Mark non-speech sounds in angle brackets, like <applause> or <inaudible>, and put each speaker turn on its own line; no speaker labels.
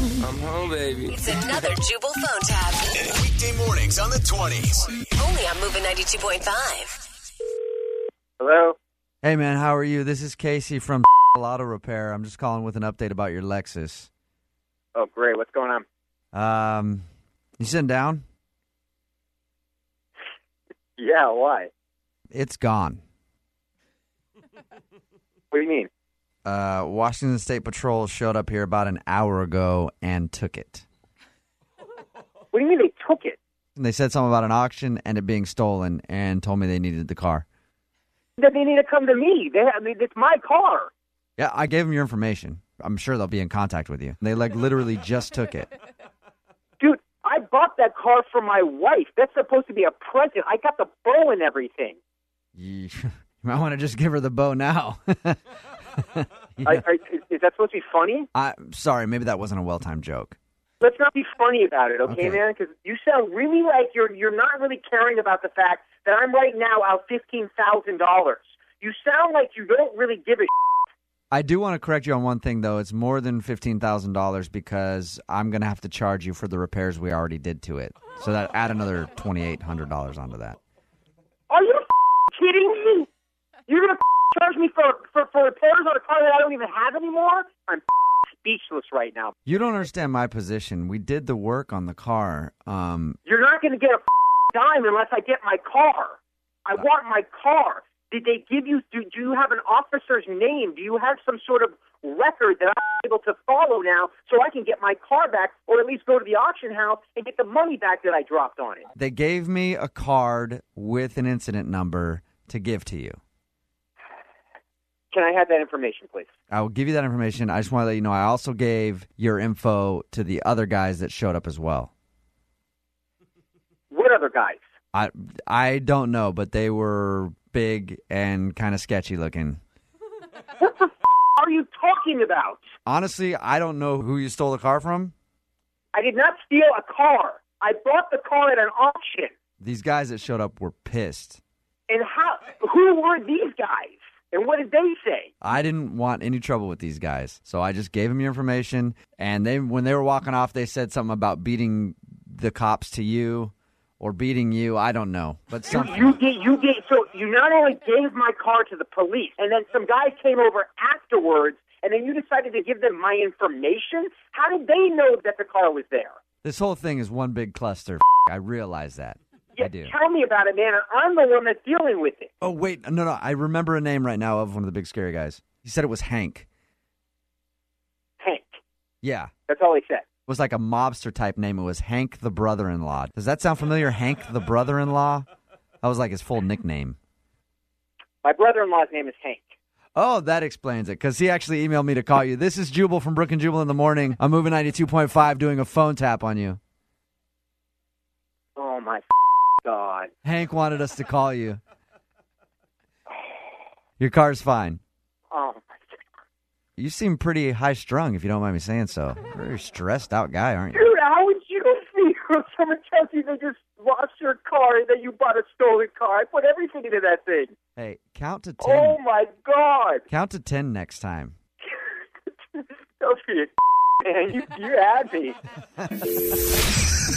Oh, baby.
It's another Jubal phone tab.
Weekday mornings on the 20s.
Only on Moving 92.5.
Hello.
Hey man, how are you? This is Casey from <laughs> Auto Repair. I'm just calling with an update about your Lexus.
Oh, great. What's going on?
Um, you sitting down?
Yeah. Why?
It's gone.
What do you mean?
Uh, Washington State Patrol showed up here about an hour ago and took it.
What do you mean they took it?
And they said something about an auction and it being stolen, and told me they needed the car.
That they need to come to me. They, I mean, it's my car.
Yeah, I gave them your information. I'm sure they'll be in contact with you. They like literally just took it. <laughs>
Dude, I bought that car for my wife. That's supposed to be a present. I got the bow and everything.
You, you might want to just give her the bow now. <laughs>
I, I, is, is that supposed to be funny?
I'm sorry, maybe that wasn't a well-timed joke.
Let's not be funny about it, okay,
Okay.
man? Because you sound really like you're you're not really caring about the fact that I'm right now out fifteen thousand dollars. You sound like you don't really give a. Shit.
I do want to correct you on one thing, though. It's more than fifteen thousand dollars because I'm going to have to charge you for the repairs we already did to it. So that add another twenty eight hundred dollars onto that.
Are you f- kidding me? You're gonna f- charge me for, for for repairs on a car that I don't even have anymore? I'm f- speechless right now.
You don't understand my position. We did the work on the car. Um,
You're not gonna get a f- dime unless I get my car. I want my car. Did they give you? Do, do you have an officer's name? Do you have some sort of record that I'm able to follow now, so I can get my car back, or at least go to the auction house and get the money back that I dropped on it?
they gave me a card with an incident number to give to you.
Can I have that information, please?
I will give you that information. I just want to let you know I also gave your info to the other guys that showed up as well.
What other guys?
I I don't know, but they were big and kind of sketchy looking.
Are you talking about?
Honestly, I don't know who you stole the car from.
I did not steal a car. I bought the car at an auction.
These guys that showed up were pissed.
And how? Who were these guys? And what did they say?
I didn't want any trouble with these guys, so I just gave them your information. And they, when they were walking off, they said something about beating the cops to you or beating you. I don't know, but
You
something.
did. You did. So you not only gave my car to the police, and then some guys came over afterwards, and then you decided to give them my information. How did they know that the car was there?
This whole thing is one big cluster. I realize that. I do.
Tell me about it, man. I'm the one that's dealing with it.
Oh wait, no, no. I remember a name right now of one of the big scary guys. He said it was Hank.
Hank.
Yeah,
That's all he said.
it was like a mobster type name. It was Hank the brother-in-law. Does that sound familiar? Hank the brother-in-law. That was like his full nickname.
My brother-in-law's name is Hank.
Oh, that explains it. Because he actually emailed me to call you. This is Jubal from Brook and Jubal in the morning. I'm moving 92.5, doing a phone tap on you.
Oh my god.
Hank wanted us to call you. Your car's fine.
Oh my god.
You seem pretty high strung, if you don't mind me saying so. Very stressed out guy, aren't you?
Dude, how would you feel if someone tells you they just lost your car and that you bought a stolen car? I put everything into that thing.
Hey, count to ten.
Oh my god.
Count to ten next time.
Don't be a <laughs> man. You, you had me.